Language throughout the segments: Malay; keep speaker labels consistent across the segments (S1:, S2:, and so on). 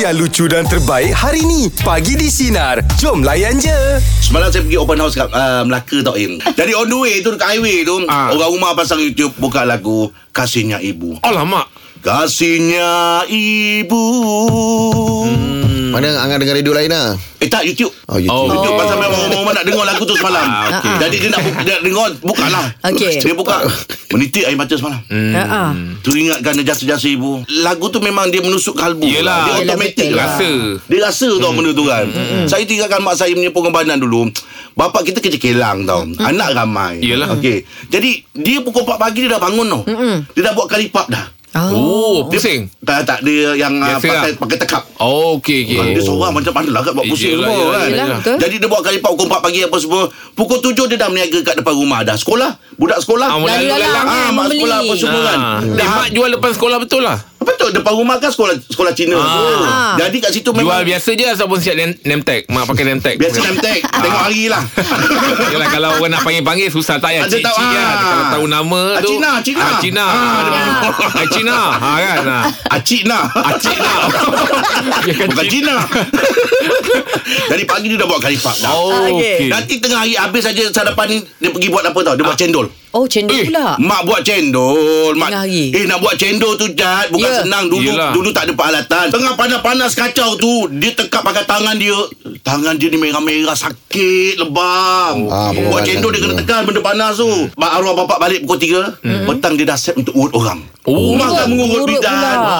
S1: yang lucu dan terbaik hari ni. Pagi di Sinar. Jom layan je.
S2: Semalam saya pergi open house kat uh, Melaka tau Im. Jadi on the way tu dekat highway tu
S3: Ah.
S2: orang rumah pasang YouTube buka lagu Kasihnya Ibu.
S3: Alamak.
S2: Kasihnya Ibu. Hmm.
S4: Mana Angah dengar radio lain lah
S2: Eh tak YouTube.
S4: Oh, YouTube.
S3: Oh.
S4: Oh.
S2: YouTube pasal memang orang-orang nak dengar lagu tu semalam.
S3: Ah, okey.
S2: Jadi dia nak, bu- dia nak dengar buka lah.
S5: Okey.
S2: Dia buka menitik air mata semalam.
S5: Ha-ha.
S2: Tu ingatkan jasa-jasa ibu. Lagu tu memang dia menusuk kalbu.
S3: Yelah.
S2: Dia
S3: Yelah,
S2: automatik
S5: betul
S2: lah.
S3: lah. Rasa. Hmm.
S2: Dia rasa tau benda tu kan. Saya tinggalkan mak saya punya pengorbanan dulu. Bapa kita kerja kelang tau. Anak ramai.
S3: Hmm. Yelah. Hmm.
S2: Okey. Jadi dia pukul 4 pagi dia dah bangun tau. Dia dah buat kalipap dah.
S5: Oh.
S3: Oh, pusing.
S2: Dia, tak tak dia yang ah,
S3: Biasa
S2: pakai
S3: lah.
S2: pakai tekap. Ah,
S3: Oh, okey okey.
S2: Dia seorang macam mana lah kat buat
S3: Eh,
S2: pusing
S3: yelah,
S2: semua
S3: yelah,
S2: kan.
S5: yelah, betul.
S2: Jadi dia buat kalipap pukul 4 pagi apa semua. Pukul 7 dia dah berniaga kat depan rumah dah. Sekolah. Budak sekolah.
S3: Ah, mulai
S5: Lalu
S2: Ah,
S5: lalang kan
S2: mak
S5: membeli.
S2: sekolah apa semua kan.
S3: Ah. Eh,
S2: Dah
S3: mak jual depan sekolah betul lah.
S2: Betul depan rumah kan sekolah sekolah Cina.
S5: Ah.
S2: Jadi kat situ
S3: Jual
S2: memang
S3: biasa je ataupun siap name, name tag. Mak pakai name tag.
S2: biasa name tag
S3: Ah.
S2: tengok hari lah.
S3: Yelah kalau orang nak panggil-panggil susah tak ya.
S2: Ada
S3: Cik,
S2: tahu,
S3: cik
S2: ah.
S3: kan. Kalau tahu nama
S2: Ah,
S3: tu.
S2: Cina, Cina.
S3: Ah, Cina.
S2: Ah,
S3: Ah,
S2: dia
S3: ah, Cina. Ha kan. Ah.
S2: Acik nak.
S3: Ah, Cina. Dia kan
S2: Bukan
S3: Cina.
S2: Cina. Dari pagi dia dah buat kalifak dah.
S3: Oh, okey.
S5: Okey.
S2: Nanti tengah hari habis saja sarapan ni dia pergi buat apa tau? Dia buat
S3: Ah.
S2: cendol.
S5: Oh, cendol
S3: Eh,
S5: pula.
S2: Mak buat cendol mak.
S5: Tengah hari.
S2: Eh nak buat cendol tu Jad Bukan
S5: Ya.
S2: senang Dulu
S3: Yelah.
S2: dulu tak ada peralatan Tengah panas-panas kacau tu Dia tekap pakai tangan dia Tangan dia ni merah-merah Sakit
S3: Oh,
S2: Lebam
S4: Ah,
S2: Buat
S4: pengorbanan
S2: cendol dia kena
S4: tu.
S2: tekan Benda panas tu
S3: Hmm.
S2: Mak arwah bapak balik pukul 3 Petang dia dah set untuk urut orang
S3: Oh.
S2: Mak dah mengurut
S5: Hmm. Urut
S2: bidan
S5: pula.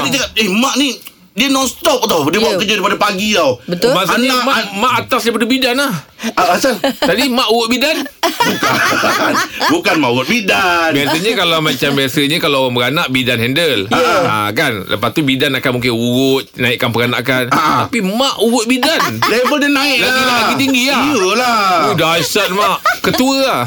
S2: Jadi cakap Eh mak ni dia non-stop tau Dia buat
S5: Ya.
S2: kerja daripada pagi tau
S5: Betul.
S3: Maksudnya
S2: Anak-
S3: mak, mak atas daripada bidan lah.
S2: Ah, Asal
S3: Tadi mak urut bidan.
S2: Bukan mak urut bidan
S3: Biasanya kalau macam biasanya kalau orang beranak bidan handle.
S2: Ya.
S3: Yeah. Ha, kan. Lepas tu bidan akan mungkin urut, naikkan peranakan.
S2: Ah.
S3: Tapi mak urut bidan.
S2: Level dia naik
S3: Lagi-
S2: lah
S3: lagi tinggi lah.
S2: Iyalah
S3: Oh, dahsyat mak. Ketua lah.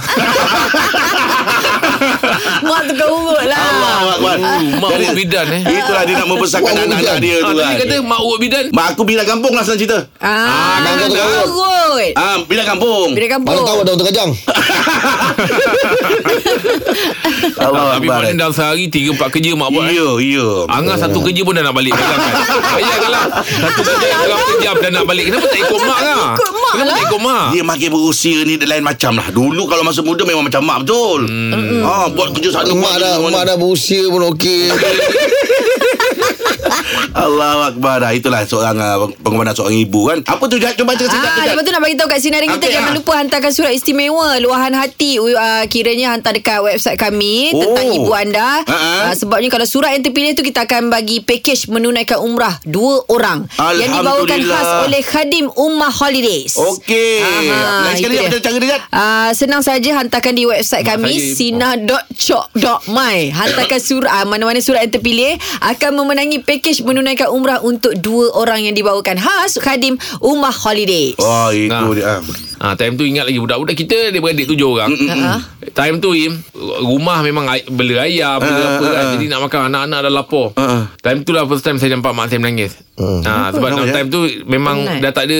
S5: Mak tukar urut lah.
S2: Allah Akbar
S3: Oh, mak urut bidan eh.
S2: Itulah dia nak membesarkan
S4: Wah,
S2: anak-anak
S4: hujan.
S2: dia
S3: Ha,
S2: tu
S3: tadi
S2: kan
S3: kata mak urut bidan.
S2: Mak aku bila kampung lah senang cerita
S5: Ah,
S4: kan, kan, kan.
S5: urut.
S2: Ah, bila kampung
S5: Bila
S4: Mana
S5: kampung.
S4: tahu ada untuk kejang
S2: Allah
S3: Tapi
S2: Akbar
S3: maknanya dalam sehari 3-4 kerja mak buat. eh.
S2: Ya, ya
S3: Angah satu kerja pun dah nak balik kan? Bayangkan Bayangkanlah lah? Satu kerja dalam kejap dah nak balik Kenapa tak ikut mak lah
S5: Ikut mak
S3: Kenapa
S5: lah.
S3: tak ikut mak
S2: Dia makin berusia ni Dia lain macam lah Dulu kalau masa muda Memang macam mak betul hmm. ha, Buat kerja sana
S4: Mak dah Mak dah berusia pun okey
S2: Allah Akbar dah. Itulah seorang uh, Pengorbanan seorang ibu kan Apa tu Jad Cuba cakap
S5: Ah,
S2: sekejap
S5: lepas tu nak bagi tahu kat sinarin kita
S2: Okey,
S5: jangan
S2: ah.
S5: lupa hantarkan surat istimewa luahan hati uh, kiranya hantar dekat website kami
S2: Oh.
S5: tentang ibu anda
S2: Ah, ah.
S5: uh, sebabnya kalau surat yang terpilih tu kita akan bagi package menunaikan umrah dua orang yang dibawakan
S2: Alhamdulillah.
S5: khas oleh khadim Ummah Holidays.
S2: Okey
S5: Ah,
S2: Lain sekali
S5: itu
S2: Macam
S5: dia.
S2: cara dia Jad
S5: Ah, senang saja hantarkan di website
S3: saya-
S5: kami sina.chok.my. Hantarkan surat ah, mana-mana surat yang terpilih akan memenangi pakej menunaikan umrah untuk dua orang yang dibawakan khas Khadim Ummah Holidays.
S2: Oh itu
S3: Nah.
S2: dia ah.
S3: Ha, time tu ingat lagi budak-budak kita dia beradik tujuh orang.
S5: mm.
S3: Time tu Im, rumah memang ai- bela ayam, bela
S2: Ah,
S3: apa
S2: ah,
S3: kan.
S2: ah.
S3: Jadi nak makan anak-anak dah lapar.
S2: ah. Hmm.
S3: Time tu lah first time saya nampak mak saya menangis. Ha, sebab
S2: Kenapa,
S3: dalam
S2: Jad?
S3: time tu memang
S5: Penat.
S3: dah tak ada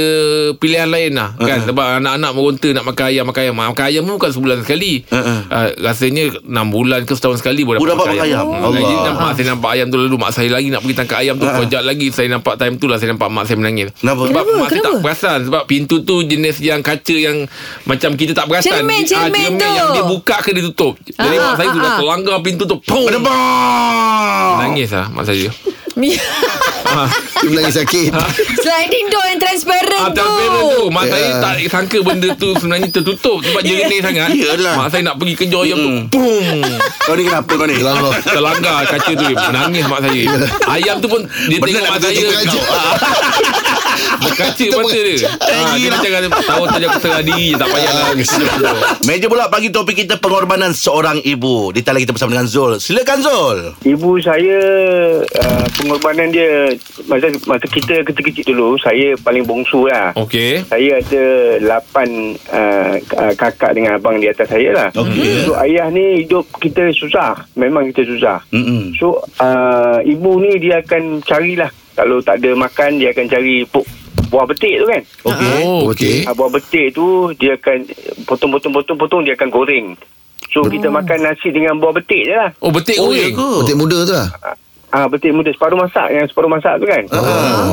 S3: pilihan lain
S2: Ah,
S3: lah kan. Sebab anak-anak meronta nak makan ayam, makan ayam. Makan ayam pun bukan sebulan sekali.
S2: Ah, ah.
S3: Ah, rasanya 6 bulan ke setahun sekali baru
S2: Oh,
S3: dapat,
S2: dapat makan ayam.
S3: Hmm, Jadi
S2: Allah. Ah,
S3: nampak saya nampak ayam tu lalu mak saya lagi nak pergi tangkap ayam tu. Kojak lagi saya nampak time tu lah saya nampak mak saya menangis.
S2: Kenapa?
S3: Sebab
S5: Kenapa?
S3: mak saya tak
S5: Kenapa?
S3: perasan Sebab pintu tu jenis yang kaca yang Macam kita tak perasan
S5: Cermin,
S3: Ah,
S5: cermin tu.
S3: yang dia buka ke dia tutup Jadi mak
S5: Ah,
S3: saya
S5: ah,
S3: sudah
S5: ah.
S3: terlanggar pintu tu Pum
S2: Menebak
S3: Nangis lah mak saya
S4: Dia menangis sakit
S5: Sliding door yang transparent
S3: Ah,
S5: tu.
S3: transparent tu Mak
S4: Ya.
S3: saya tak sangka benda tu sebenarnya tertutup Sebab
S5: Ya.
S3: jernih sangat
S2: Yalah.
S3: Mak saya nak pergi kejar ayam tu Pum
S2: Kau ni kenapa kau ni
S4: Dalam roh
S3: Terlanggar kaca tu Menangis mak saya Ayam tu pun Dia
S2: Benda
S3: tengok
S2: nak
S3: mak saya
S2: berkaca-
S4: berkaca.
S3: Ah. Berkaca mata dia Ah, Dia macam
S2: lah.
S3: kata, Tahu tadi aku serah diri je, Tak payahlah
S2: Ya. Meja pula pagi topik kita pengorbanan seorang ibu. Di talian kita bersama dengan Zul. Silakan Zul.
S6: Ibu saya uh, pengorbanan dia masa masa kita kecil-kecil dulu saya paling bongsu lah.
S2: Oh.
S3: Okay
S6: Saya ada lapan uh, kakak dengan abang di atas saya lah.
S2: Okey.
S6: So ayah ni hidup kita susah. Memang kita susah.
S2: Mm-mm.
S6: So uh, ibu ni dia akan carilah kalau tak ada makan dia akan cari pok buah betik tu kan.
S2: Okey.
S3: Oh, okay.
S6: Ah, buah betik tu dia akan potong-potong-potong-potong dia akan goreng. So kita makan nasi dengan buah betik je lah.
S3: Oh, betik
S2: Oh,
S3: goreng.
S2: ya ke?
S4: Betik eh? muda tu lah
S6: Ah ah betik muda separuh masak yang separuh masak tu kan.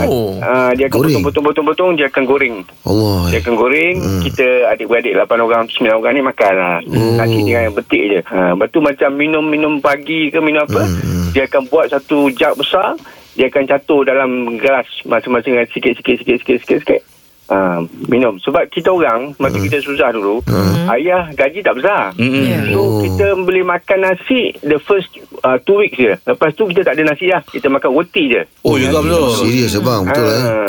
S3: Oh.
S6: Ah, dia akan
S4: Goreng.
S6: potong-potong-potong dia akan goreng.
S4: Allah.
S6: Dia akan goreng Kita adik-beradik 8 orang 9 orang ni makan lah hmm. Nasi dengan yang betik je ha, Lepas tu macam minum-minum pagi ke minum apa Dia akan buat satu jug besar Dia akan catur dalam gelas Masing-masing dengan sikit-sikit Sikit-sikit Sikit-sikit ha, Minum Sebab kita orang Masa kita susah dulu Ayah gaji tak besar
S2: Mm-mm.
S5: Yeah.
S6: So kita boleh makan nasi The first uh, two weeks je Lepas tu kita tak ada nasi lah Kita makan roti je
S2: Oh, juga betul.
S4: Serius abang, betul eh.
S6: Ah.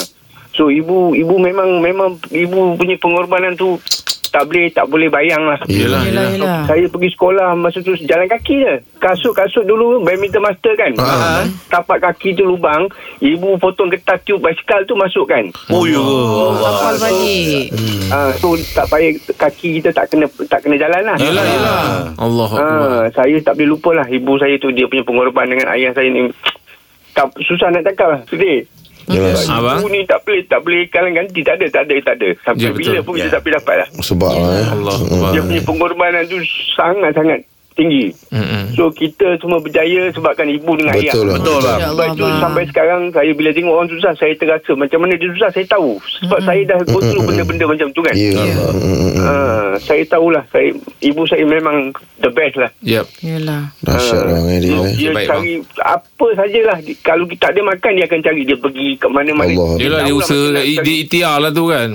S6: So ibu ibu memang memang ibu punya pengorbanan tu tak boleh tak boleh bayang lah.
S4: Yelah.
S5: Yelah,
S6: So,
S5: yelah.
S6: saya pergi sekolah masa tu jalan kaki je. Kasut-kasut dulu badminton master kan.
S4: Ah.
S6: Tapak kaki tu lubang, ibu potong getah tube basikal tu masukkan.
S2: Oh, ya.
S5: Kapal balik.
S4: Hmm.
S6: Ah so tak payah kaki kita tak kena tak kena jalan lah.
S3: Yelah, yelah. Allah Akbar.
S6: Ah, saya tak boleh lupa lah ibu saya tu dia punya pengorban dengan ayah saya ni. Tak susah nak cakap lah. Sedih.
S2: Hmm.
S4: Yelah.
S3: Abang?
S6: Ibu ni tak boleh tak boleh kalang ganti tak ada tak ada tak ada. Sampai
S3: Ya,
S6: yeah,
S3: betul.
S6: bila pun yeah.
S2: Ya.
S6: kita tak boleh dapat lah.
S4: Sebab eh.
S3: Allah
S4: Hmm.
S3: Akbar.
S6: Dia punya pengorbanan tu sangat-sangat tinggi.
S3: Mm-mm.
S6: So kita semua berjaya sebabkan ibu dengan ayah.
S4: Hmm. Betul lah.
S2: Betul lah.
S5: Ya
S6: Sebab
S5: Allah,
S6: tu
S5: abang.
S6: sampai sekarang saya bila tengok orang susah saya terasa macam mana dia susah saya tahu. Sebab saya dah go through benda-benda macam tu kan.
S4: Hmm. Ya.
S6: Ah, saya tahulah saya ibu saya memang the best lah. Ah.
S3: Yep.
S5: Yelah.
S4: Dahsyat bang eh dia eh.
S2: Ya.
S6: Dia
S3: Baik,
S6: cari apa sajalah Di- kalau kita tak ada makan dia akan cari dia pergi ke mana-mana.
S4: Allah.
S2: Oh.
S3: Yelah dia
S6: Tahu lah
S3: usaha
S6: macam nak
S3: Dia
S6: cari.
S3: ikhtiar lah tu kan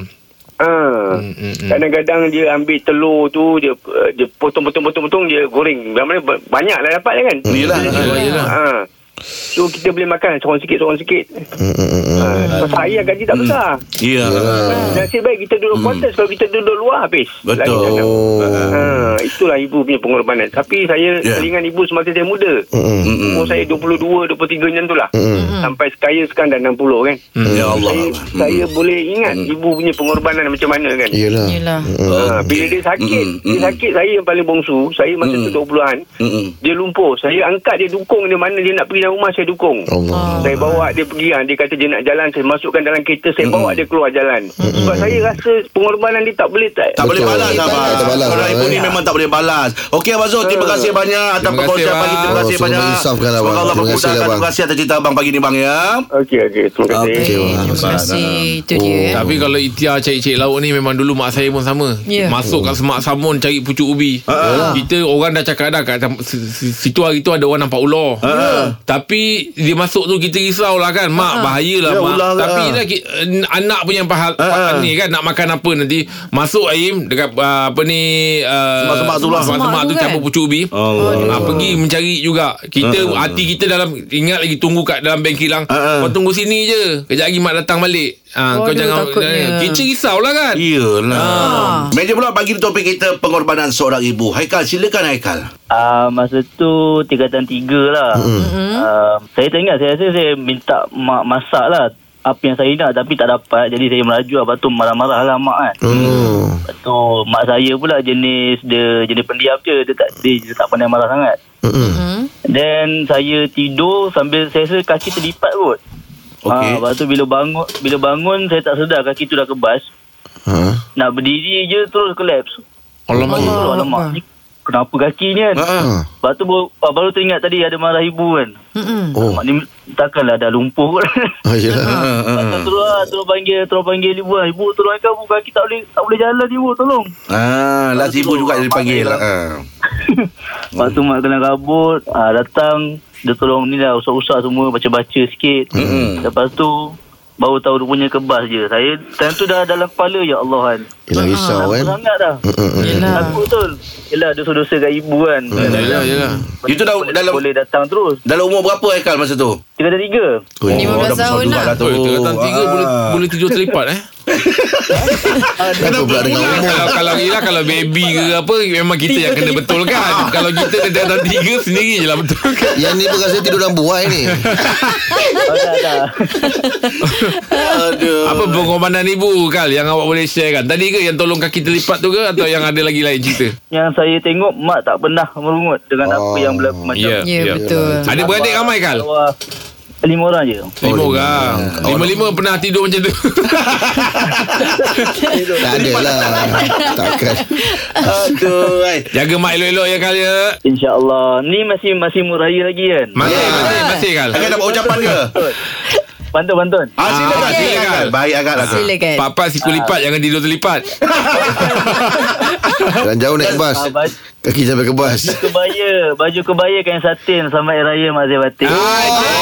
S6: Ah.
S3: Hmm, hmm, hmm.
S6: Kadang-kadang dia ambil telur tu dia uh, dia potong-potong-potong-potong dia goreng. Mana banyak lah dapat dia kan.
S2: Yelah,
S3: Hmm, yelah, yelah.
S6: Ha. So kita boleh makan seorang sikit seorang sikit.
S4: Hmm, hmm, hmm, hmm.
S6: Ha. Pasal ayah gaji
S3: Hmm.
S6: tak besar.
S2: Ya.
S6: Nasib baik kita duduk quarters kalau kita duduk luar habis.
S2: Betul.
S6: Lain macam.
S4: Oh.
S3: Hmm.
S6: Ha, itulah ibu punya pengorbanan. Tapi saya
S2: Ya.
S6: yeah. telingan ibu semasa saya muda.
S4: Hmm,
S3: Hmm.
S2: Mm-mm.
S6: Umur Oh, saya 22, 23 macam tu lah. Sampai sekaya sekarang dah 60 kan.
S2: Ya Allah.
S6: Saya, saya boleh ingat
S3: Hmm.
S6: ibu punya pengorbanan macam mana kan.
S3: Ya.
S4: Yelah.
S5: Yelah.
S4: Mm-hmm.
S6: Ha, bila dia sakit,
S2: Mm-mm.
S6: dia
S2: Mm-mm.
S6: sakit saya yang paling bongsu. Saya masa
S4: Mm-hmm.
S6: tu 20-an,
S2: Mm-mm.
S6: dia lumpuh. Saya angkat dia dukung dia mana dia nak pergi dalam rumah saya dukung.
S4: Allah.
S6: Saya bawa dia pergi ah. Dia kata dia nak jalan Saya masukkan dalam kereta Saya
S4: Mm-hmm.
S6: bawa dia keluar jalan Sebab saya rasa Pengorbanan dia tak boleh tak,
S2: Tak boleh
S4: Betul.
S2: balas
S4: Mm-hmm. Tak
S2: abang.
S4: boleh balas,
S2: Orang
S4: abang,
S2: ibu
S4: eh.
S2: ni memang tak boleh balas. Okey abang Zul, terima kasih banyak atas
S3: Terima
S2: perkongsian
S3: kasih,
S2: pagi. Terima
S4: abang.
S2: kasih
S4: Allah,
S2: banyak.
S4: semoga insafkan, abang.
S2: Semoga Allah
S4: Terima kasih,
S2: memudahkan.
S4: abang.
S2: Terima kasih atas cerita abang pagi ni bang ya.
S6: Okey okey Terima kasih
S4: Okey,
S5: Eh,
S4: wah.
S5: Terima kasih. Itu dia. eh.
S2: Oh.
S3: Tapi kalau ikhtiar cari-cari lauk ni Memang dulu mak saya pun sama
S5: Ya.
S3: Masuk kat semak samun Cari pucuk ubi
S2: Ha.
S3: Kita orang dah cakap dah Kat tam- si- si- situ hari tu ada orang nampak ular Ya.
S2: Ha.
S3: Tapi Dia masuk tu kita risau lah kan
S5: Ah.
S3: Mak bahayalah
S2: Ya,
S3: mak
S2: ular lah.
S3: Tapi lah, ki- eh, anak punya pahal
S2: Ha, ha.
S3: Ni kan nak makan apa nanti Masuk Aim Dekat ah, apa ni ah,
S2: Semak-semak tu lah.
S3: Semak-semak tu
S5: Semak tu
S3: campur
S5: kan?
S3: pucuk ubi Ah,
S2: Allah.
S3: pergi mencari juga. Kita hati kita dalam ingat lagi tunggu kat dalam bank kilang.
S2: Ah, ah.
S3: Kau tunggu sini je. Kejap lagi mak datang balik. Ah kau
S5: Aduh,
S3: jangan
S5: takutnya.
S3: kita risaulah kan.
S2: Iyalah.
S5: Ah.
S2: Meja pula bagi topik kita pengorbanan seorang ibu. Haikal, silakan Haikal.
S7: Uh, masa tu tingkatan tiga lah.
S2: Hmm.
S7: Mm-hmm. Uh, saya tak ingat. Saya rasa saya minta mak masak lah. Apa yang saya nak tapi tak dapat. Jadi saya merajuk. Lepas tu marah-marah lah mak kan.
S2: Hmm.
S4: Oh.
S7: Lepas tu mak saya pula jenis dia jenis pendiam je. Dia tak, dia, dia tak pandai marah sangat.
S4: Hmm.
S5: Hmm?
S7: Then saya tidur sambil saya rasa kaki terlipat kot.
S2: Okey.
S7: Ah, lepas tu bila bangun bila bangun saya tak sedar kaki tu dah kebas.
S4: Ha.
S2: Hmm.
S7: Nak berdiri je terus collapse.
S3: Alamak.
S7: Alamak,
S5: Allah
S7: alamak.
S5: Akbar.
S7: Ni Kenapa kakinya kan?
S2: Ha.
S4: Ha.
S7: Lepas tu baru, ah, baru teringat tadi ada marah ibu kan.
S5: Mm-mm.
S4: Oh.
S7: Mak ni takkanlah dah lumpuh kot.
S4: Ha,
S2: Ah,
S4: Yelah.
S7: Lepas tu terus lah, terus panggil, terus panggil ibu lah. Ibu tolongkan ibu kaki tak boleh tak boleh jalan ibu tolong.
S2: Ah, last ibu juga dia panggil. Ah.
S7: Lepas tu mak kena kabut, ah, datang dia tolong ni dah usah-usah semua baca-baca sikit.
S2: Mm-mm.
S7: Lepas tu baru tahu dia punya kebas je. Saya time tu dah dalam kepala ya Allah kan.
S4: Yelah risau
S7: Takut
S4: kan.
S7: sangat dah.
S4: Mm-mm.
S5: Yelah.
S7: Takut betul. Yelah dosa-dosa kat ibu kan.
S3: Yalah yalah.
S2: Itu dah dalam
S7: boleh datang terus.
S2: dalam umur berapa Haikal masa tu?
S7: Tiga ada tiga.
S4: Oh,
S5: 15 tahun lah.
S2: Tu.
S3: Oh, Tingkatan tiga boleh
S2: Ah.
S3: boleh tidur terlipat eh.
S4: Kenapa pula dengan umur?
S3: kalau kalau yalah kalau baby ke apa memang kita yang kena betulkan. kalau kita tingkatan tiga sendiri je lah betulkan.
S4: Yang ni berasa tidur dalam buai ni.
S7: Ah, dah, dah.
S2: Aduh.
S3: Apa pengorbanan ibu Kal yang awak boleh share kan? Tadi ke yang tolong kaki terlipat tu ke atau yang ada lagi lain cerita?
S7: Yang saya tengok mak tak pernah merungut dengan
S4: Oh.
S7: apa yang berlaku macam
S3: Ya.
S5: Ya,
S3: Ya.
S5: betul.
S2: Oh,
S3: Ada beradik ramai Kal?
S7: Wah, uh, Lima orang je
S3: Lima
S4: Oh, lima
S3: orang
S4: orang.
S3: Lima-lima pernah tidur macam tu
S4: Tak ada lah Takkan
S2: Aduh. ai.
S3: Jaga mak elok-elok ya Kal ya
S7: InsyaAllah Ni masih masih muraya lagi kan
S3: Masih Masih Masih Kal
S2: Agak dapat ucapan dia.
S7: Pantun-pantun
S2: Ah,
S3: Ah,
S2: silakan, silakan.
S3: silakan.
S2: Baik agak lah.
S5: Silakan.
S3: Papat siku lipat Jangan tidur terlipat
S4: Jalan jauh naik bas
S7: Ah, bas.
S4: Kaki sampai ke bas
S7: Kebaya Baju kebaya kain satin Selamat Hari Raya Mak Zia Batin
S3: Ah.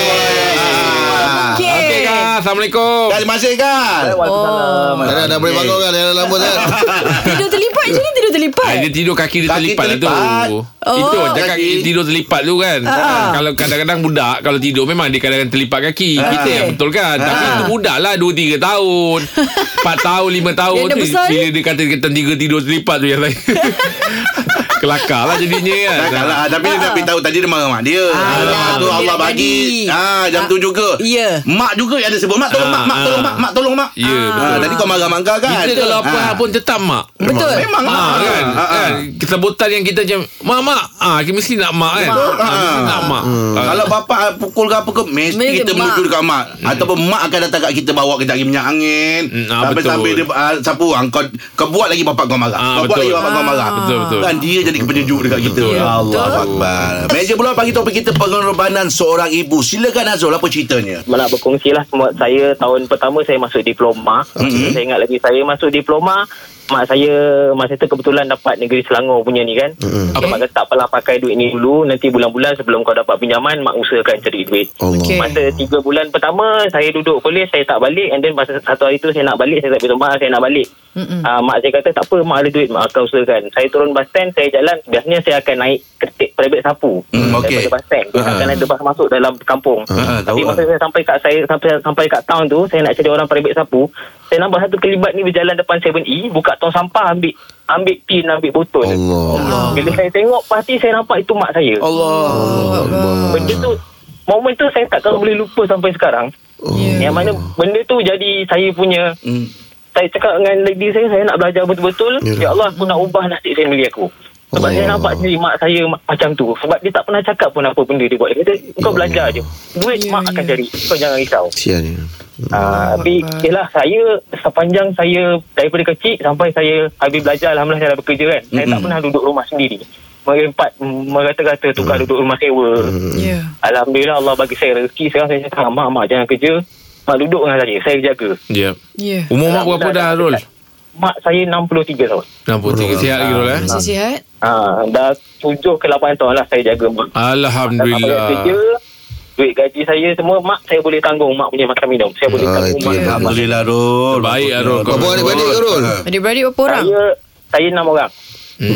S5: Okey.
S3: Okey Kal Assalamualaikum
S2: Ah. Terima kasih kan.
S7: Waalaikumsalam
S4: Tak ada, dah boleh bangun kan Dah lama kan
S5: Tidur terlipat je ni Tidur terlipat
S3: Ah, dia tidur kaki dia
S2: Kaki
S3: terlipat, lah
S2: terlipat.
S3: tu.
S5: Oh. Ah,
S3: Itu cakap
S2: Kaki.
S3: kaki tidur terlipat tu kan. Kalau kadang-kadang budak kalau tidur memang dia kadang-kadang terlipat kaki.
S5: Ah.
S3: Kita yang betul kan. Tapi itu budak lah 2 3 tahun. 4 tahun 5 tahun
S5: Dia dah
S3: tu
S5: besar ni.
S3: bila dia kata kita tiga tidur terlipat tu yang lain. Kelakar lah jadinya kan.
S2: Takkan lah Tapi dia dah beritahu Tadi dia marah mak dia Alamak tu
S5: benda
S2: Allah
S5: dah
S2: bagi
S5: jadi.
S2: ah, Jam tu juga
S5: ya.
S2: Mak juga yang ada sebut Mak tolong
S3: Ah,
S2: mak Mak
S3: ah.
S2: tolong mak Mak tolong mak
S3: Ya, betul.
S2: Ah, Tadi kau marah mak kau kan
S3: Kita kalau apa
S2: Ah.
S3: pun tetap mak.
S5: Betul
S2: Memang
S3: Ah,
S2: lah
S3: kan,
S2: Ah, ah.
S3: kan. Kita botan yang kita macam mak mak. Ah, kita mesti nak mak kan. Ah, mesti nak mak. Ah.
S2: Kalau bapak ah, pukul ke apa ke Mesti
S5: Mesti
S2: kita
S5: mak.
S2: menuju dekat mak Ataupun mak akan datang kat kita Bawa kita pergi minyak angin
S3: Hmm, ah,
S2: Sampai
S3: betul.
S2: sampai dia ah, Sapu ah, kau, kau buat lagi bapak kau marah
S3: Ah,
S2: Kau buat
S3: betul.
S2: lagi bapak kau marah
S3: Betul, betul.
S2: Kan dia jadi penyejuk dekat kita
S5: Ya, betul.
S2: Allah Akbar Meja pula pagi topik kita Pengorbanan seorang ibu Silakan Azul Apa ceritanya
S8: nak berkongsi lah Sebab saya tahun pertama saya masuk diploma
S2: Mhm.
S8: mm-hmm. Saya ingat lagi saya masuk diploma Mak saya Masa tu kebetulan dapat negeri Selangor punya ni kan mm-hmm.
S3: Okey.
S8: Mak kata tak apalah pakai duit ni dulu Nanti bulan-bulan sebelum kau dapat pinjaman Mak usahakan cari duit
S4: Allah
S5: Okey.
S8: Masa tiga bulan pertama Saya duduk kolej Saya tak balik And then masa satu hari tu Saya nak balik Saya tak beritahu mak Saya nak balik
S5: Mm-mm.
S8: uh, Mak saya kata tak apa Mak ada duit Mak akan usahakan Saya turun bus stand Saya jalan Biasanya saya akan naik Ketik private sapu
S2: Hmm, okey.
S8: Daripada bus stand uh-huh. Akan ada bus masuk dalam kampung
S2: Ah,
S8: uh-huh, Tapi
S2: tahu
S8: masa
S2: lah.
S8: saya sampai kat saya sampai, sampai kat town tu Saya nak cari orang private sapu Saya nampak satu kelibat ni Berjalan depan 7E Buka tong sampah Ambil ambil tin Ambil botol
S4: Allah Allah
S8: Bila saya tengok Pasti saya nampak itu mak saya
S2: Allah
S4: Allah.
S8: Benda tu Momen tu saya takkan boleh lupa sampai sekarang
S4: Oh.
S8: Yang mana benda tu jadi saya punya
S2: Hmm.
S8: Saya cakap dengan lady saya Saya nak belajar betul-betul
S4: Yalah.
S8: Ya Allah aku nak ubah nasib family aku Sebab
S4: Allah.
S8: saya
S2: Oh.
S8: nampak sendiri mak saya ma- macam tu Sebab dia tak pernah cakap pun apa benda dia buat Dia kata
S2: Ya,
S8: kau belajar je Duit mak akan cari Kau jangan risau
S4: Sian ni
S2: Ya.
S8: Ah, Tapi yelah saya Sepanjang saya Daripada kecil Sampai saya Habis belajar Alhamdulillah saya dah bekerja kan Saya tak
S2: Mm-mm.
S8: pernah duduk rumah sendiri Merempat mm, Merata-rata Tukar
S2: Mm.
S8: duduk rumah sewa
S5: Ya
S8: Alhamdulillah Allah bagi saya rezeki Sekarang saya cakap Mak, mak jangan kerja Mak duduk dengan saya Saya jaga
S3: Ya.
S5: Ya
S3: Umur mak berapa dah Rul?
S8: Mak saya 63 tahun
S3: 63 sihat lagi Rul eh.
S5: Masih sihat
S8: ha, Dah 7 ke 8 tahun lah Saya jaga mak Dan apa yang kerja
S3: Alhamdulillah.
S8: Duit gaji saya semua Mak saya boleh tanggung Mak punya makan minum Saya boleh
S4: Ah,
S8: tanggung
S4: itu
S8: mak
S4: yang
S8: mak- mak.
S2: Alhamdulillah Rul
S3: Baik, Rul.
S4: Kau buat adik-adik ke Rul?
S5: Adik-beradik berapa orang?
S8: Saya Saya 6 orang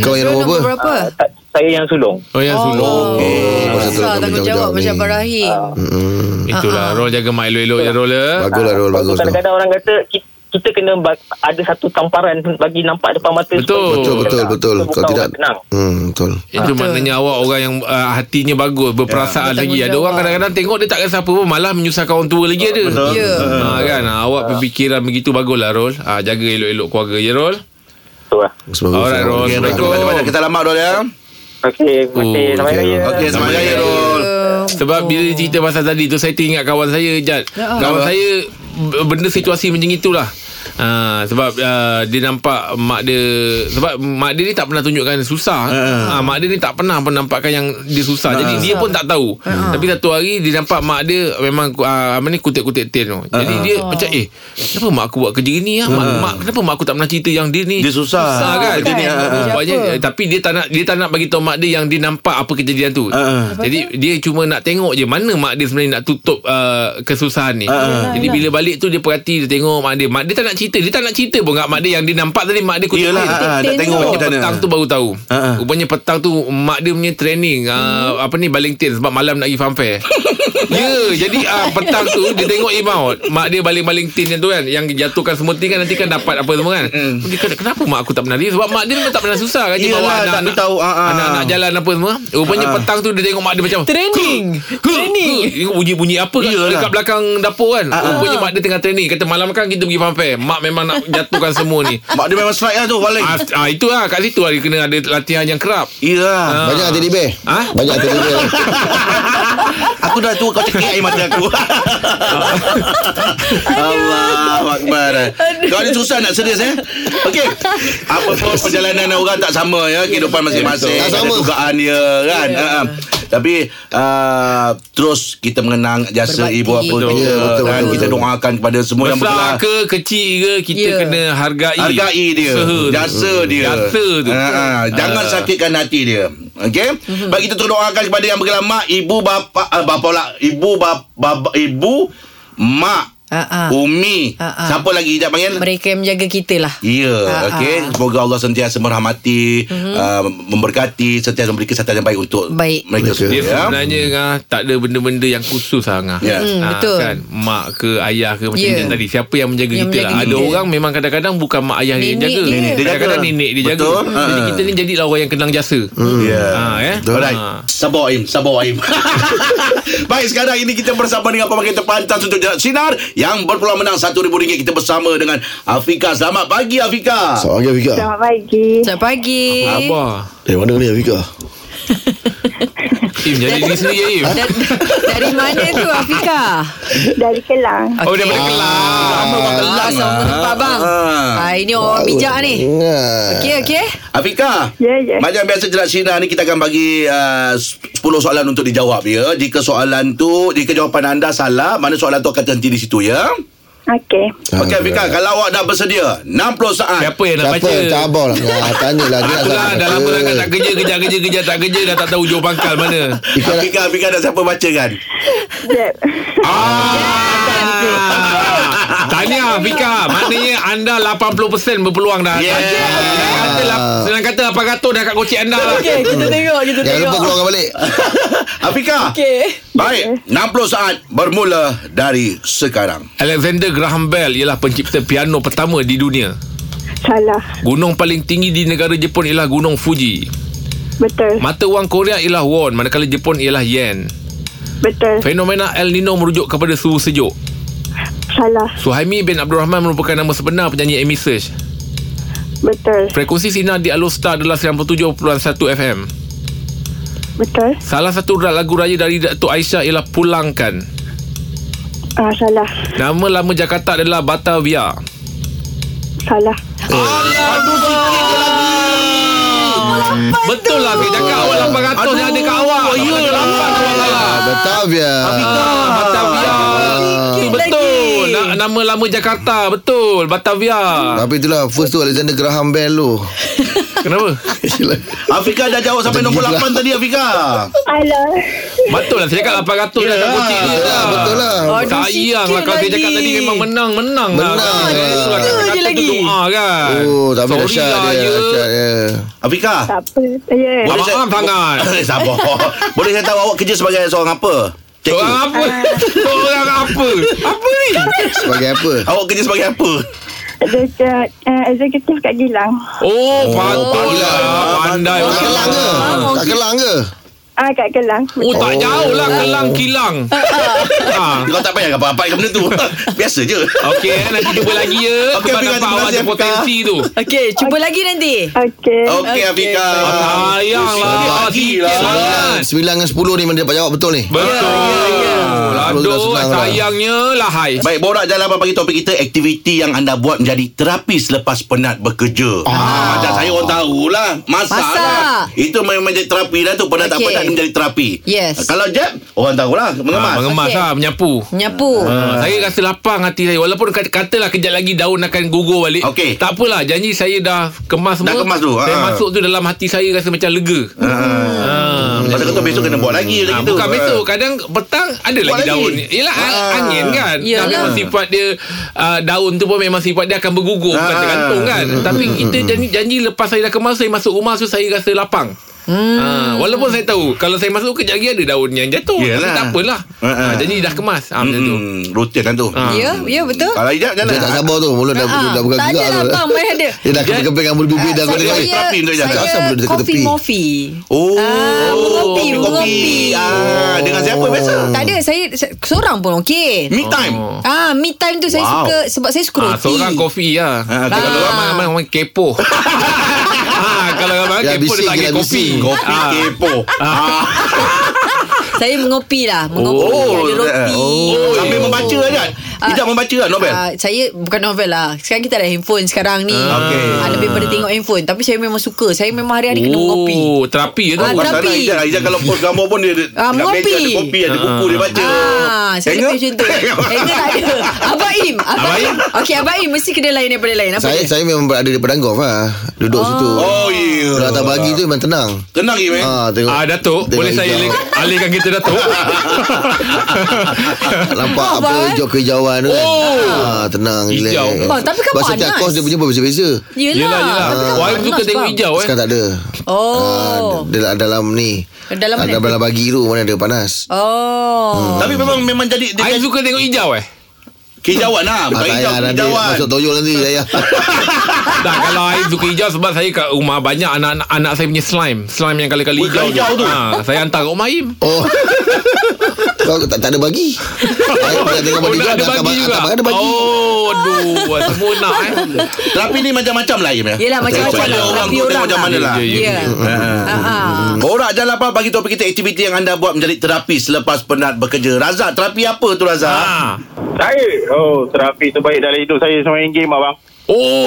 S4: Kau yang
S5: Nombor
S4: nombor berapa?
S5: berapa?
S8: Ah, tak- Saya yang sulung
S3: Oh ya
S5: Oh,
S3: sulung.
S4: Pasal tu
S5: Besar
S4: aku
S5: tanggungjawab
S4: berjawab
S5: macam
S4: ni.
S5: Abang Rahim
S4: Hmm.
S3: Itulah Rol jaga mak elok-elok ya Rol ya.
S4: Baguslah lah, Rul
S8: Sebab tu
S4: Bagus tu
S8: Ha, Kadang-kadang orang kata ki- kita kena ba- ada satu tamparan bagi nampak depan mata
S3: Betul.
S4: Betul betul betul
S8: Kita
S4: Kalau
S8: bukan
S4: tidak
S8: orang tenang.
S4: Hmm betul
S3: Itu
S5: Betul.
S3: maknanya awak orang yang uh, hatinya bagus, berperasaan lagi. Ada orang kadang-kadang tengok dia tak rasa apa pun, malah menyusahkan orang tua lagi ada.
S2: Betul.
S5: Ya.
S3: Ha, kan ha, awak berfikiran begitu baguslah Rol. Ha, jaga elok-elok keluarga ya Rol.
S8: Betul lah
S4: Semoga
S3: Alright, Rul.
S2: Okay,
S3: Assalamualaikum.
S2: Banyak-banyak kita lama Rul ya
S8: Okey, terima kasih.
S3: Oh,
S8: Selamat
S4: okey.
S8: Raya.
S2: Okay, selamat
S3: Selamat
S2: raya
S3: Raya.
S2: Rul
S3: Sebab bila dia cerita pasal tadi tu saya teringat kawan saya Jad.
S5: Ya.
S3: Kawan
S2: Apa?
S3: saya b- benda situasi macam itulah. Ha, sebab uh, dia nampak mak dia sebab mak dia ni tak pernah tunjukkan susah. Ha, mak dia ni tak pernah pun nampakkan yang dia susah. Jadi dia pun tak tahu. Tapi satu hari dia nampak mak dia memang uh, apa ni kutip-kutip tin tu. Jadi dia macam eh kenapa mak aku buat kerja ni ah? Mak, mak kenapa mak aku tak pernah cerita yang dia ni
S2: Dia susah.
S3: susah kan.
S5: Kan?
S3: Jadi
S2: ah,
S5: Kerja apa?
S3: Banyak eh, tapi dia tak nak dia tak nak bagi tahu mak dia yang dia nampak apa kejadian tu.
S2: Ah.
S3: Jadi dia cuma nak tengok je mana mak dia sebenarnya nak tutup uh, kesusahan
S2: Ah,
S3: ni. Jadi bila balik tu dia perhati dia tengok mak dia. Mak dia tak nak cerita. Dia tak nak cerita pun kat mak dia yang dia nampak tadi mak dia kutip.
S2: Yelah
S3: tin.
S2: ah, ah, Dah
S5: Tengok.
S2: tengok
S3: Rupanya
S2: macam
S3: petang
S2: mana
S3: tu baru tahu
S2: Ah, ah.
S3: Rupanya petang tu Mak dia punya training uh,
S2: Hmm.
S3: Apa ni Baling tin Sebab malam nak pergi funfair Ya Jadi uh, petang tu Dia tengok Imau Mak dia baling-baling tin yang tu kan Yang jatuhkan semua tin kan Nanti kan dapat apa semua kan
S2: Hmm.
S3: dia kata, Kenapa mak aku tak pernah dia Sebab mak dia memang tak pernah susah kan Dia
S2: Yelah,
S3: bawa
S2: tak
S3: anak-anak
S2: beritahu, ah, ah.
S3: Anak-anak jalan apa semua Rupanya petang tu Dia tengok mak dia macam
S5: Training Training
S3: Bunyi-bunyi apa kat,
S2: Iyalah.
S3: dekat belakang dapur kan
S2: ah.
S3: Rupanya mak dia tengah training Kata malam kan kita pergi funfair Mak memang nak jatuhkan semua ni
S2: Mak dia memang strike lah tu Walik
S3: ah, ah, Itu lah kat situ lah Dia kena ada latihan yang kerap Ah.
S2: Iya
S4: Banyak teddy bear
S3: Ha?
S4: Banyak teddy bear
S2: Aku dah tua kau cekik air mata aku Allah Akbar Kau ni susah nak serius eh Okey Apa pun perjalanan orang tak sama ya Kehidupan masing-masing
S4: Tak
S2: Ada
S4: sama. Ya.
S2: dugaan dia kan Ha, ha. Tapi uh, Terus kita mengenang jasa
S5: Berbakti.
S2: ibu apa
S3: Betul.
S2: kita
S4: Ya, betul,
S2: kan?
S4: betul,
S2: Kita
S4: betul.
S2: doakan kepada semua Oh, yang
S3: Besar
S2: bergelar
S3: ke kecil ke Kita
S5: Ya.
S3: yeah. kena hargai
S2: Hargai dia
S3: Eh, Usaha dia. Hmm.
S2: Jasa dia
S3: Jasa tu
S2: ha, ha. Jangan
S3: Ah.
S2: sakitkan hati dia Okey
S5: Hmm.
S2: Baik kita doakan kepada yang bergelar mak Ibu bapa uh, Bapa pula Ibu bapa, bapa Ibu Mak
S5: Ah, ah.
S2: Umi
S5: Ah, ah.
S2: Siapa lagi Ijab panggil
S5: Mereka yang menjaga kita lah
S2: Ya,
S5: Ah,
S2: okey.
S5: ah.
S2: Semoga Allah sentiasa merahmati, uh, memberkati, sentiasa memberi kesihatan yang baik untuk
S5: Baik.
S2: mereka
S4: Betul.
S2: semua.
S3: Dia
S2: Ya.
S3: sebenarnya ngah, tak ada benda-benda yang khusus lah ngah.
S2: Ya.
S5: Hmm,
S3: Ah,
S5: betul.
S3: Kan, mak ke ayah ke macam
S5: Ya.
S3: yeah. tadi. Siapa yang menjaga
S5: Yang
S3: kita
S5: menjaga
S3: lah. Ada
S5: kita.
S3: orang memang kadang-kadang bukan mak ayah
S5: Nenek
S3: dia yang jaga.
S5: dia. Nenek
S2: dia jaga.
S3: Kadang-kadang nenek dia jaga.
S2: Betul.
S3: Jadi
S2: Ah.
S3: kita ni jadilah orang yang kenang jasa.
S2: Ya.
S3: Ha, eh?
S2: Alright.
S3: Ah.
S2: Sabar Aim, sabar Aim. Baik, sekarang ini kita bersama dengan pemakai terpantas untuk Jalan Sinar yang berpeluang menang RM1,000 kita bersama dengan Afika. Selamat pagi Afika.
S4: Selamat pagi Afika
S9: Selamat pagi.
S5: Selamat pagi
S3: Apa?
S4: Eh mana ni Afika
S3: Im, jadi diri sendiri ya, Im.
S5: Da- Dari mana tu Afika?
S9: Dari Kelang.
S3: Oh, daripada kelas.
S2: Lama orang
S5: Ah,
S2: kelang.
S5: sama
S2: ah.
S5: tempat abang.
S2: Ah.
S5: Ah, ini orang bijak ni.
S4: Ingat
S5: Okey, okey.
S2: Afika
S9: Ya, ya.
S2: Macam biasa jerat sinar ni Kita akan bagi uh, 10 soalan untuk dijawab ya Jika soalan tu Jika jawapan anda salah Mana soalan tu akan terhenti di situ ya
S9: Okey.
S2: Okey Afika Kalau awak dah bersedia 60 saat
S3: Siapa yang nak
S4: Siapa
S3: baca?
S4: Cabar lah Ah, Tanya lah dia nak
S3: Itulah,
S4: siapa
S3: dah
S4: baca.
S3: lama dah kan tak kerja, kerja, kerja, kerja, tak kerja, dah tak tahu jauh pangkal mana.
S4: Afika nak-
S2: Afika Afika dah siapa baca kan
S9: Jep.
S3: Ah. Tahniah Fika Maknanya anda 80% berpeluang dah
S2: Yeah.
S3: Senang kata, lap- senang kata 800 dah kat kocik anda lah
S5: Okey, kita tengok, kita
S4: Jangan lupa
S5: tengok.
S4: keluarkan balik
S2: Afika
S5: Okey.
S2: Baik 60 saat Bermula dari sekarang
S3: Alexander Graham Bell ialah pencipta piano pertama di dunia
S9: Salah.
S3: Gunung paling tinggi di negara Jepun ialah Gunung Fuji
S9: Betul.
S3: Mata wang Korea ialah won Manakala Jepun ialah yen
S9: Betul.
S3: Fenomena El Nino merujuk kepada suhu sejuk
S9: Salah.
S3: Suhaimi bin Abdul Rahman merupakan nama sebenar penyanyi Amy Search
S9: Betul.
S3: Frekuensi sinar di Alostar adalah 97.1 FM
S9: Betul.
S3: Salah satu lagu raya dari Datuk Aisyah ialah Pulangkan.
S9: Ah, salah.
S3: Nama lama Jakarta adalah Batavia.
S9: Salah.
S3: Betul lah saya cakap awak 800 yang ada kat awak. Oh, ya.
S4: Ah, Batavia
S3: Batavia.
S5: Sikit
S3: Ah. Betul.
S5: lagi.
S3: Na- Nama lama Jakarta. Betul. Batavia.
S4: Tapi itulah First tu Alexander Graham Bell tu
S3: Kenapa?
S2: Afika dah jawab sampai nombor 8 tadi Afika
S9: Alah.
S3: Betul lah saya cakap 800 dah kat kocik ni.
S4: Betul lah, betul lah.
S5: Aduh,
S3: Sayang lah
S5: sikit
S3: kalau saya cakap
S5: lagi.
S3: tadi memang menang menang lah.
S4: Menang.
S3: Itulah
S5: Itu je
S3: kata-kata
S5: lagi.
S3: tu doa kan.
S4: Oh Tapi
S3: Sorry
S4: dahsyat
S3: lah,
S4: dia
S3: ya.
S4: Dahsyat dia
S2: Afika
S9: Tak apa. Ya.
S3: Wah,
S2: Boleh saya-
S3: maaf sangat.
S2: Eh, Sabar Boleh saya tahu awak kerja sebagai seorang apa?
S3: Seorang
S2: Cikgu
S3: apa?
S4: Ah.
S3: Seorang apa? Apa ni?
S4: Sebagai apa
S2: Awak kerja sebagai apa?
S9: Dekat uh, eksekutif kat Gilang.
S3: Oh, patutlah.
S2: pandai. Oh,
S3: Pandai. lah.
S4: Tak kelang ke Tak kelang ke
S3: Kan?
S9: Ah, kat Kelang.
S3: Oh, tak jauh lah kelang kilang. ha.
S2: Ah. Kau tak payah apa-apa kat benda tu Biasa je
S3: Okey, eh, nanti jumpa lagi ya.
S2: Okey,
S3: Sebab
S2: Fika,
S3: nampak
S2: terima
S3: awak ada
S2: kasih, Fika.
S3: potensi tu.
S5: Okey, cuba lagi nanti.
S9: Okey.
S2: Okey Afika
S3: Sayanglah.
S2: Ah. Pagi
S3: lah, Sikit
S2: lah.
S3: sangat.
S4: 9 dengan 10 ni Mana dia dapat jawab betul ni
S2: ya.
S3: Betul.
S4: Dah
S3: Aduh,
S4: senang lah.
S3: sayangnya lah hai.
S2: Baik, borak jalan abang bagi topik kita aktiviti yang anda buat menjadi terapi selepas penat bekerja. Ah, macam saya orang tahulah, masak,
S5: Masak.
S2: lah. Itu memang menjadi terapi lah tu, penat okay. tak
S5: Okey.
S2: penat dia menjadi terapi.
S5: Yes.
S2: Kalau jap, orang tahulah mengemas.
S3: Ha, mengemas
S5: Okey.
S3: lah, menyapu.
S5: Nyapu.
S2: Ah.
S3: Ha, saya rasa lapang hati saya Walaupun kat- katalah kejap lagi daun akan gugur balik
S2: Okey.
S3: Tak apalah Janji saya dah kemas semua
S2: Dah kemas tu, Ah.
S3: Saya
S2: ha.
S3: masuk tu dalam hati saya rasa macam lega ha.
S2: Pasal kata besok kena buat lagi
S3: Ah,
S2: macam
S3: bukan
S2: gitu.
S3: besok Kadang petang Ada
S2: Buat
S3: lagi
S2: lagi.
S3: daun Yelah ah.
S2: Ah.
S3: angin kan
S5: Yalah.
S3: Tapi memang sifat dia uh, Daun tu pun memang sifat dia Akan bergugur Bukan
S2: Ah.
S3: kan. tergantung kan Tapi kita janji, janji Lepas saya dah kemas Saya masuk rumah tu Saya rasa lapang Hmm. Ha, walaupun saya tahu kalau saya masuk kejap lagi ada daun yang jatuh. Tapi
S2: Yelah.
S3: tak apalah.
S2: Ha, ha.
S3: Ha, jadi dah kemas. Ha, macam tu.
S2: Hmm, rutin kan tu.
S3: Ah.
S5: Ya, ya betul.
S2: Kalau hijab macam
S4: Dia tak
S2: mana?
S4: sabar tu Mulut dah,
S5: Ah,
S4: dah bukan
S5: tak
S4: gerak
S5: ada lah, abang, mana ada.
S4: Dia dah keping-keping Ambil bibir dah
S5: saya,
S4: kau dengar
S2: kena
S5: saya,
S2: terapi untuk jaga.
S4: Asal
S5: saya
S4: boleh dekat
S5: kopi
S4: tepi.
S5: morfi.
S2: Oh,
S5: Ah, mengopi, mengopi.
S2: Ah, dengan
S4: Oh.
S2: siapa biasa?
S5: Tak ada, saya se- seorang pun okey.
S2: Me time.
S3: Oh.
S5: Ah, me time tu saya
S2: Wow.
S5: suka sebab saya suka
S3: Ah,
S5: roti.
S3: seorang kopi lah. Ha,
S2: Ah, kalau
S3: kalau
S5: orang-
S3: orang memang orang kepo. ha, kalau orang
S4: Ya,
S3: kepo dia
S4: bising,
S3: tak
S4: ya,
S3: kira kopi.
S4: bising.
S2: Kopi
S3: Ah.
S2: kepo. Ah.
S5: Saya mengopi lah, mengopi
S2: Oh,
S5: ada roti.
S2: Oh, sambil membaca aja.
S5: Ah.
S2: Hijab membaca lah novel.
S5: Ah, saya bukan novel lah Sekarang kita ada handphone sekarang ni
S2: Ah, okey.
S5: ah, Lebih pada tengok handphone Tapi saya memang suka Saya memang hari-hari kena mengopi
S3: Oh, terapi je tu.
S5: Ah,
S2: Bukan
S5: terapi.
S2: salah Ijaz Ijaz kalau post gambar pun Dia ada
S5: Ah,
S2: kat
S5: mengopi.
S2: meja Ada kopi Ada buku dia baca
S5: Ah, saya
S2: Tengok.
S5: lebih macam tu. Tengok tak ada. Abang Im, Abang
S3: Abang
S5: Im. Okey, Abang Im mesti kena lain daripada lain. Apa
S4: Saya
S5: dia?
S4: saya memang berada di pedang golf lah Duduk situ
S2: Oh ya
S4: Kalau tak pagi tu memang tenang
S2: Tenang eh. je man
S4: Ah, tengok.
S3: Ah, Datuk,
S4: Tengok
S3: boleh saya
S4: hijau.
S3: alih- alihkan kita Datuk?
S4: Nampak
S5: Nampak,
S4: apa
S5: Abang?
S4: hijau kejauhan tu kan. Ah, tenang
S3: Hijau. Oh,
S4: relax.
S5: Abang, tapi kan
S4: Sebab setiap
S5: Oh. panas.
S4: kos dia punya berbeza-beza.
S5: Yelah,
S3: Yelah, yelah.
S5: Tapi kan
S3: Wah,
S5: panas,
S3: suka tengok
S5: bang.
S3: hijau eh.
S4: Sekarang tak ada.
S5: Oh.
S4: Ah, dalam, dalam ni.
S5: Dalam mana?
S4: Ah, Dalam pagi tu mana ada panas. Hmm.
S5: Oh.
S2: Tapi memang memang jadi dia
S3: Aim
S2: kan
S3: suka tengok hijau eh?
S2: Kejauhan
S4: Ah,
S2: lah Bukan
S4: tak
S2: hijau
S4: payah nanti
S2: Kejauhan
S4: masuk toyol nanti saya.
S3: Dah kalau Aim suka hijau sebab saya kat rumah banyak anak-anak anak saya punya slime. Slime yang kali-kali
S2: Bukan
S3: hijau.
S2: hijau tu.
S3: Ha, saya hantar kat rumah Aim.
S4: Oh. Kau tak, tak ada bagi. Eh, Saya tengok tengok
S3: Oh,
S4: bagi
S3: nak
S4: juga.
S3: ada bagi juga.
S4: Abang ada bagi.
S3: Oh, aduh. Semua nak eh.
S2: Terapi ni macam-macam lah Im ya
S5: Yelah, macam-macam
S2: Ada
S5: lah.
S2: orang
S5: Tapi
S2: tu
S5: orang
S2: tengok macam
S5: lah.
S2: mana lah
S3: Ya, ya,
S5: Ya. Ah, ah.
S2: Orang jalan apa bagi topik kita aktiviti yang anda buat menjadi terapi selepas penat bekerja. Razak, terapi apa tu Razak?
S3: Ha.
S9: Saya Oh terapi terbaik dalam hidup saya Semain game abang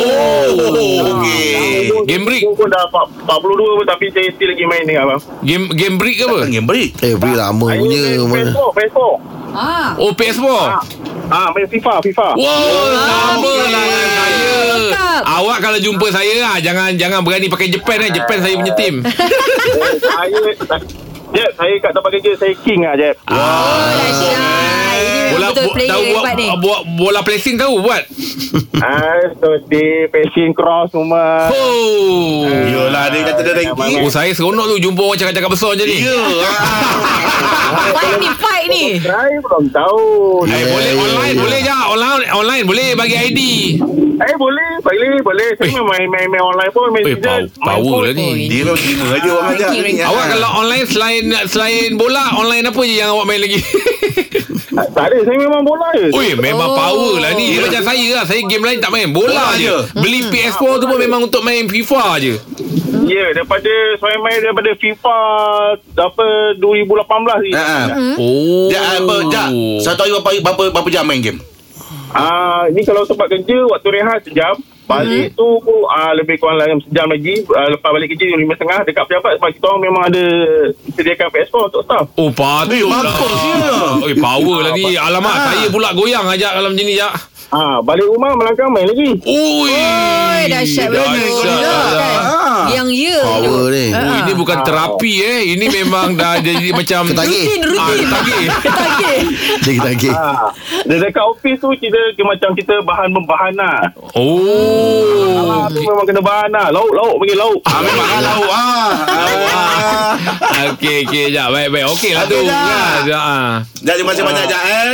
S3: Oh.
S2: Oh, okey.
S3: Game break.
S9: Umur pun dah 42 pun Tapi saya still lagi main dengan abang
S3: Game game break ke apa?
S2: Game break.
S4: Eh, beri lama
S3: ya,
S4: punya. Mana?
S9: Facebook Facebook
S5: Ah.
S3: Oh, PS4.
S9: Ah, main FIFA FIFA
S3: Wow, sama lah dengan saya.
S5: Lengkap.
S3: Awak kalau jumpa saya ah, jangan jangan berani pakai Japan eh. Japan saya punya team.
S6: Eh,
S9: saya Jeb, saya kat tempat kerja saya king
S6: ah,
S9: lah Jeb.
S4: Ah.
S5: Oh, Syah. Ini memang betul
S3: bu-
S5: player
S3: tahu buat,
S5: hebat ni.
S3: buat bola placing tahu buat.
S9: Ah, Thursday, passing cross semua.
S3: Oh.
S2: Yolah, dia kata dia ranking.
S3: Oh saya seronok tu jumpa orang cakap-cakap besar je ni. Eh,
S2: Ya. ah.
S5: Fight ni, fight ni.
S9: Saya belum tahu.
S3: Eh, boleh
S4: Ya,
S3: online
S4: ya.
S3: boleh je online online boleh bagi ID.
S9: Eh, boleh, boleh, boleh. Saya
S3: Eh.
S9: memang main, main, main online pun. Main
S3: Eh
S9: season,
S3: power,
S9: main
S3: power
S9: pool.
S3: lah ni.
S2: Dia memang terima aja orang ajak
S5: Ranking,
S2: ni.
S5: ranking.
S3: Awak kalau online selain selain bola online apa je yang awak main lagi?
S9: Tak, tak ada, saya memang bola je.
S3: Oi memang
S5: Oh.
S3: power lah ni. Dia macam saya lah. Saya game lain tak main. Bola,
S2: Bola
S3: je.
S2: je.
S3: Beli
S5: Hmm.
S3: PS4 tu pun memang untuk main FIFA je.
S9: Ya, yeah, daripada, saya main daripada FIFA apa
S4: Ah,
S9: 2018 ni.
S2: Ha, ha.
S5: Hmm?
S3: Oh.
S2: Dia apa? Jak, satu hari berapa, berapa, berapa jam main game?
S9: Ah, ni kalau tempat kerja, waktu rehat sejam. Balik tu ah, lebih kurang dalam sejam lagi. Ah, lepas balik kerja, lima setengah dekat pejabat sebab kita orang memang ada sediakan PS4 untuk staff.
S3: Oh patut
S2: Eh, mampus dia.
S3: lah. Oi, power lah ni. Alamak, saya pula goyang ajak kalau macam ni, Jak.
S9: Ah, balik rumah melangkah main lagi.
S3: Ui.
S5: Oi, Oh, dahsyat betul.
S3: lah.
S5: Kan? Yang ya.
S4: Power ni.
S3: Oh, ini bukan terapi eh. Ini memang dah jadi macam
S4: Ketagih.
S5: Rutin, rutin.
S3: Ah, ketagih.
S5: Ketagih.
S4: Dia kita lagi.
S9: Ah, dia dekat office tu kita, kita macam kita bahan membahan lah.
S3: Oh.
S9: Ah, tu memang kena bahan lah. Lauk, lauk, panggil lauk.
S2: Ah, memang halau. Ah. Ah.
S3: Okey, okey, Jak. Baik, baik. Okey lah tu.
S2: Okey, Jak.
S3: Ya, Jak, ah.
S2: Jak, terima kasih banyak, Jak, eh.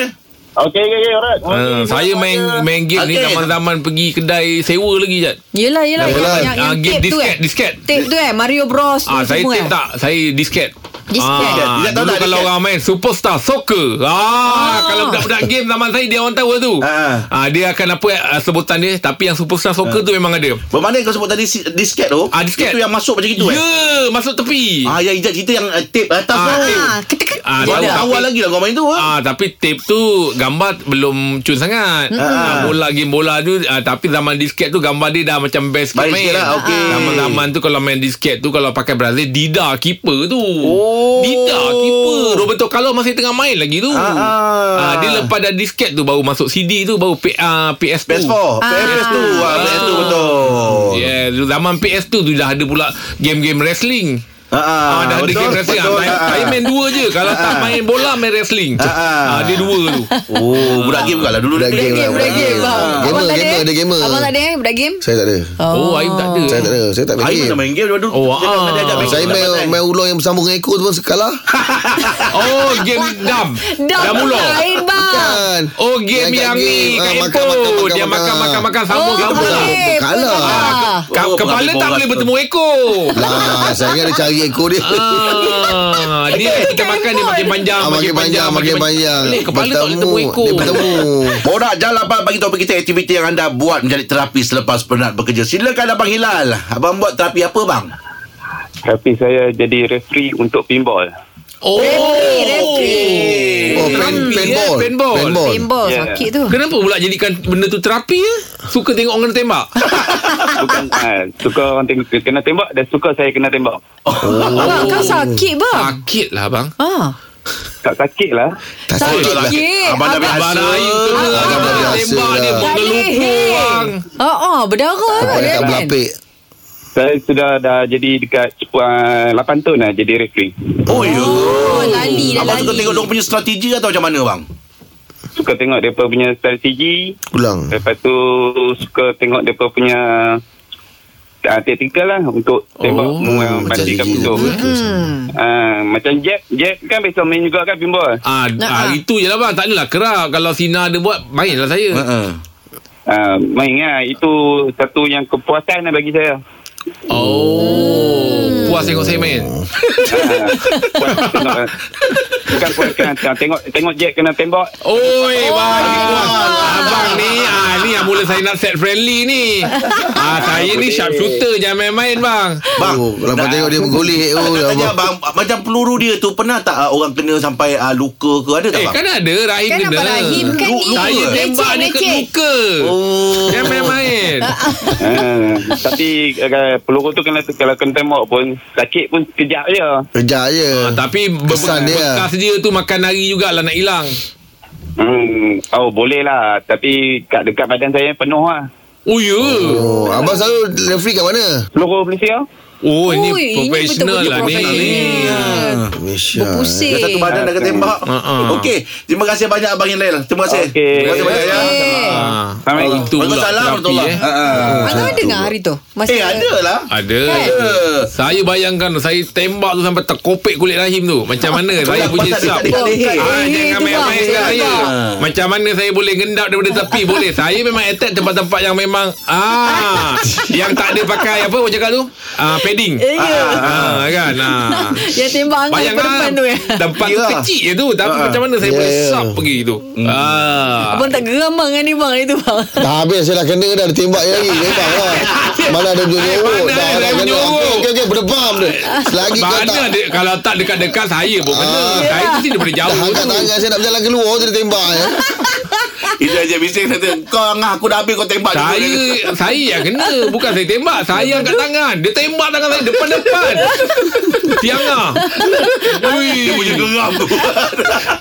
S9: Okay, okay, okay, alright.
S3: Ah, saya main main game ni
S2: Okey.
S3: zaman-zaman pergi kedai sewa lagi, Jak.
S5: Yelah, yelah.
S4: Yelah.
S5: Yang, yang
S3: Ah, game
S5: tape tu
S3: disket,
S5: eh.
S3: disket.
S5: Tape tu eh, Mario Bros. tu
S3: Ah, saya
S5: semua
S3: tape
S5: eh.
S3: tak. Saya disket.
S5: Disket.
S3: Ah,
S2: Dia tak tahu
S3: dulu
S2: tak
S3: kalau
S2: disket?
S3: orang main Superstar Soccer ah, Kalau budak-budak game zaman saya Dia orang tahu tu
S2: Ah.
S3: ah, Dia akan apa ah, sebutan dia Tapi yang Superstar Soccer tu memang ada
S2: Bermakna kau sebut tadi si- disket tu?
S3: Ah, disket.
S2: Itu yang masuk macam
S3: Ya
S2: itu, eh?
S3: masuk tepi
S2: Ah, yang Ijaz cerita yang uh, tape atas
S3: Ah,
S2: tu.
S5: Ah, ketek.
S3: Ah,
S2: Baru
S3: tahu.
S2: awal lagi lah kau main tu.
S3: Ah,
S2: ah.
S3: tapi tape tu gambar belum cun sangat. Ah, bola game bola tu ah, tapi zaman disket tu gambar dia dah macam best Ah.
S2: Baik sikit lah, okey.
S3: Zaman-zaman tu kalau main disket tu kalau pakai Brazil Dida keeper tu. Oh. Dida keeper. Roberto Carlos masih tengah main lagi tu.
S2: Ah, ah.
S3: Ah, dia lepas dah disket tu baru masuk CD tu baru P, ah, PS2.
S2: PS4. PS2. Ah, PS2 betul.
S3: Yeah, zaman PS2 tu dah ada pula game-game wrestling. Ah, dah ada
S2: betul,
S3: game wrestling. Betul,
S2: betul,
S3: main,
S2: ah, ah.
S3: saya main dua je. Kalau tak main bola, main wrestling.
S2: Ah, ah.
S3: Ah, dia dua tu.
S2: Oh, budak game ah. bukanlah dulu.
S4: Budak
S2: dia
S4: game
S5: Game,
S4: lah.
S5: budak game. Faham?
S4: Gamer,
S5: Abang tak
S4: gamer, dia gamer.
S5: Abang tak ada eh, budak game?
S4: Saya tak ada.
S3: Oh, Aim tak ada.
S4: Saya tak ada. Saya tak main
S2: Aim
S4: game.
S2: dah main game dulu.
S3: Oh,
S2: Dia
S3: ah.
S2: dah ajak main
S4: Saya
S2: game, eh. tak pandai.
S4: main, main ular yang bersambung dengan ekor tu pun kalah.
S3: Oh, game dam.
S5: Dah
S3: Dam ular.
S5: lain bang.
S4: Kan.
S3: Oh, game
S4: Yang
S3: yang,
S4: kat
S3: ni.
S4: game. Ah,
S3: Kat
S4: makan, makan,
S3: handphone.
S4: makan,
S3: Dia makan,
S4: makan.
S3: makan, makan.
S5: Oh,
S3: Sambung ke apa.
S5: boleh.
S4: boleh. Kalah.
S5: Boleh.
S3: Ka-
S2: Oh,
S3: Kepala
S2: penghabis
S3: tak
S2: borak
S3: boleh
S2: tu.
S3: bertemu ekor.
S4: Lah, saya ingat dia cari ekor dia.
S3: Ah, dia kita makan dia makin panjang,
S4: Ah, makin panjang, makin panjang.
S3: Ni, Kepala tak boleh temu ekor.
S4: Dia bertemu.
S2: Borak Jalan Abang bagi topik kita aktiviti yang anda buat menjadi terapi selepas penat bekerja. Silakan Abang Hilal. Abang buat terapi apa bang?
S10: Tapi saya jadi referee untuk pinball.
S3: Oh,
S5: Referee, referee.
S4: Oh, pen,
S3: Terapi, eh,
S4: penball.
S3: penball.
S4: Penball.
S5: Paintball
S10: Yeah.
S5: sakit tu.
S3: Kenapa pula jadikan benda tu terapi ya? Suka tengok orang tembak.
S10: Bukan uh, suka orang tengok kena tembak dan suka saya kena tembak.
S5: Bang, kau sakit bang.
S3: Sakit lah bang.
S5: Ah.
S10: Tak sakit lah.
S4: Tak sakit lah.
S5: Sakit.
S2: Abang dah biasa.
S3: Abang Rahim tu
S5: Ah,
S3: lah. Abang
S4: biasa
S3: tembak
S4: lah.
S3: dia pun
S5: Tak
S3: lupa
S5: leher.
S3: bang.
S5: Ah, ah, berdarah
S4: Kepala
S5: kan,
S4: tak
S3: lah.
S5: kan?
S4: berlapik.
S10: Saya sudah dah jadi dekat uh, 8 tahun dah jadi referee.
S2: Oh, ya.
S5: Oh, lali dah
S2: Abang suka
S5: lali.
S2: tengok dia punya strategi atau macam mana bang?
S10: Suka tengok dia punya strategi.
S4: Ulang.
S10: Hmm.
S3: Eh,
S10: Lepas tu suka tengok dia punya uh, tactical lah untuk tembak
S3: Oh,
S10: oh,
S4: Macam
S10: matikan
S4: gigi.
S10: musuh. Uh, macam jab, jab kan biasa main juga kan pinball.
S3: Ah, ah,
S5: ah.
S3: itu je lah bang. Tak adalah kerap. Kalau Sina ada buat, mainlah saya.
S2: Uh-uh.
S10: Uh, main lah. Itu satu yang kepuasan lah bagi saya.
S5: Hmm.
S3: Oh, puas tengok saya main.
S10: Ah, puas tengok, ah. Bukan puaskan ah, Tengok tengok Jack kena tembak
S3: Oi,
S5: Oh,
S3: bang.
S5: ah.
S3: puas. Abang ni, ah, ni yang mula saya nak set friendly ni. Ah, saya ni sharp shooter. Jangan main-main bang.
S2: Bang.
S4: Oh, Kalau tengok dia bergolek. Oh,
S2: Oh,
S4: abang.
S2: tanya abang, macam peluru dia tu pernah tak ah, orang kena sampai ah, luka ke ada tak
S3: Eh,
S2: bang?
S3: kan ada Rahim
S5: Kan
S3: kena.
S5: apa Rahim kan
S2: Lu-
S5: ni.
S3: Saya
S2: Luka, eh?
S3: tembak dia ke
S5: leceh.
S3: luka.
S2: Oh.
S3: Jangan main-main.
S10: Ah, Tapi uh, peluru tu kena, Kalau kena tembak pun Sakit pun kejap je
S4: Kejar je.
S3: Ah, tapi be-
S4: Kesan dia.
S3: bekas dia tu makan hari jugalah nak hilang.
S10: hmm, Oh boleh lah Tapi kat, dekat badan saya penuh lah
S3: Oh ya. Oh,
S4: Oh, abang selalu referee kat mana?
S10: Peluru Malaysia
S3: oh ini
S5: Ui, ini
S3: profesional
S5: betul-betul
S3: lah ni.
S5: profesional.
S4: Malaysia.
S5: Berpusing.
S2: Dah satu badan dah ketembak.
S3: Uh-uh.
S2: Okey, terima kasih banyak abang Hilal. Terima kasih.
S10: Okey.
S2: Terima kasih banyak ya.
S5: Eh,
S3: Ah,
S10: Assalamualaikum.
S3: itu pula
S2: Waalaikumsalam
S3: terapi,
S2: warahmatullahi.
S3: eh.
S2: Ha-ha.
S5: Abang ada dengar hari tu? Masa
S2: Eh, ada lah.
S3: Ada.
S5: Kan?
S3: Saya bayangkan saya tembak tu sampai terkopek kulit rahim tu. Macam mana saya
S2: Itulah
S3: punya
S2: pasal dia
S3: sap.
S2: tak ada
S3: Ah,
S2: leher.
S5: Eh,
S3: jangan
S5: tu bang,
S3: main-main kat
S5: saya
S3: saya.
S5: cakap.
S3: Macam mana saya boleh ngendap daripada tepi boleh. Saya memang attack tempat-tempat yang memang ah yang tak ada pakai apa orang cakap tu? Ah padding.
S5: Eh, ya.
S3: Ah, kan. Ah.
S5: Yang tembak angkat daripada depan tu ya.
S3: Tempat tu
S2: Yelah.
S3: kecil je tu Tapi
S2: Ah.
S3: macam mana saya
S4: Ya,
S3: boleh
S4: ya.
S3: sap pergi tu
S2: Hmm.
S3: ah.
S5: Abang tak geram bang dengan ni bang hari tu bang.
S4: Dah habis saya dah kena dah Dia tembak je lagi Tembak lah Mana ada punya
S3: Eh,
S4: nyuruk
S3: mana ada
S4: Dah dah
S3: punya
S4: kena
S3: nyuruk?
S4: Okey okey okey Berdebam dia Selagi kau
S3: Mana
S4: tak
S3: ada Kalau tak dekat-dekat Saya pun kena
S5: Ah.
S3: Saya mesti daripada jauh
S4: tak Angkat
S3: tu.
S4: tangan saya nak berjalan keluar tu Dia tembak ya. je
S2: Itu aja bising kata kau ngah aku dah habis kau tembak juga.
S3: saya saya yang kena bukan saya tembak saya angkat tangan dia tembak tangan saya depan-depan lah. tiangah
S2: Dia
S3: ui
S2: punya geram tu.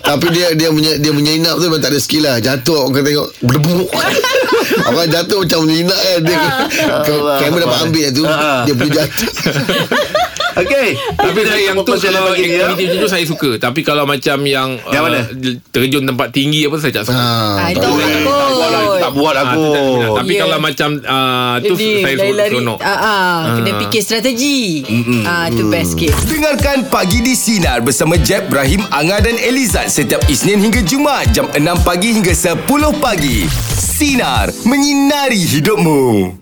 S4: Tapi dia dia punya dia punya inap tu Memang tak ada skill lah Jatuh orang kena tengok Berdebuk Abang jatuh macam menyinak kan dia, ke- Kamera dapat ambil tu
S2: Ah.
S4: Dia punya jatuh
S2: Okey.
S3: tapi
S2: Kita
S3: saya yang tu
S2: jumpa pasal
S3: kalau
S2: pagi ni, ya.
S3: aktiviti macam tu saya suka tapi kalau macam yang,
S2: Yang
S3: ah,
S2: mana?
S3: terjun tempat tinggi apa saya tak suka
S5: Ah,
S4: Ah,
S5: itu
S4: tak
S5: orang
S4: boleh.
S5: takut.
S2: lah, Tak buat
S3: Ah,
S2: aku.
S3: tu tak minat. tapi
S5: Ya.
S2: Oh.
S3: kalau macam ah, tu
S5: Jadi,
S3: saya
S5: lari-lari.
S3: seronok
S5: Ah, ah, Kena
S3: Ah.
S5: fikir strategi. Ah, tu best sikit.
S6: Dengarkan Pagi di Sinar bersama Jeb, Ibrahim, Anga dan Elizad setiap Isnin hingga Jumaat jam 6 pagi hingga 10 pagi. Sinar, menyinari hidupmu.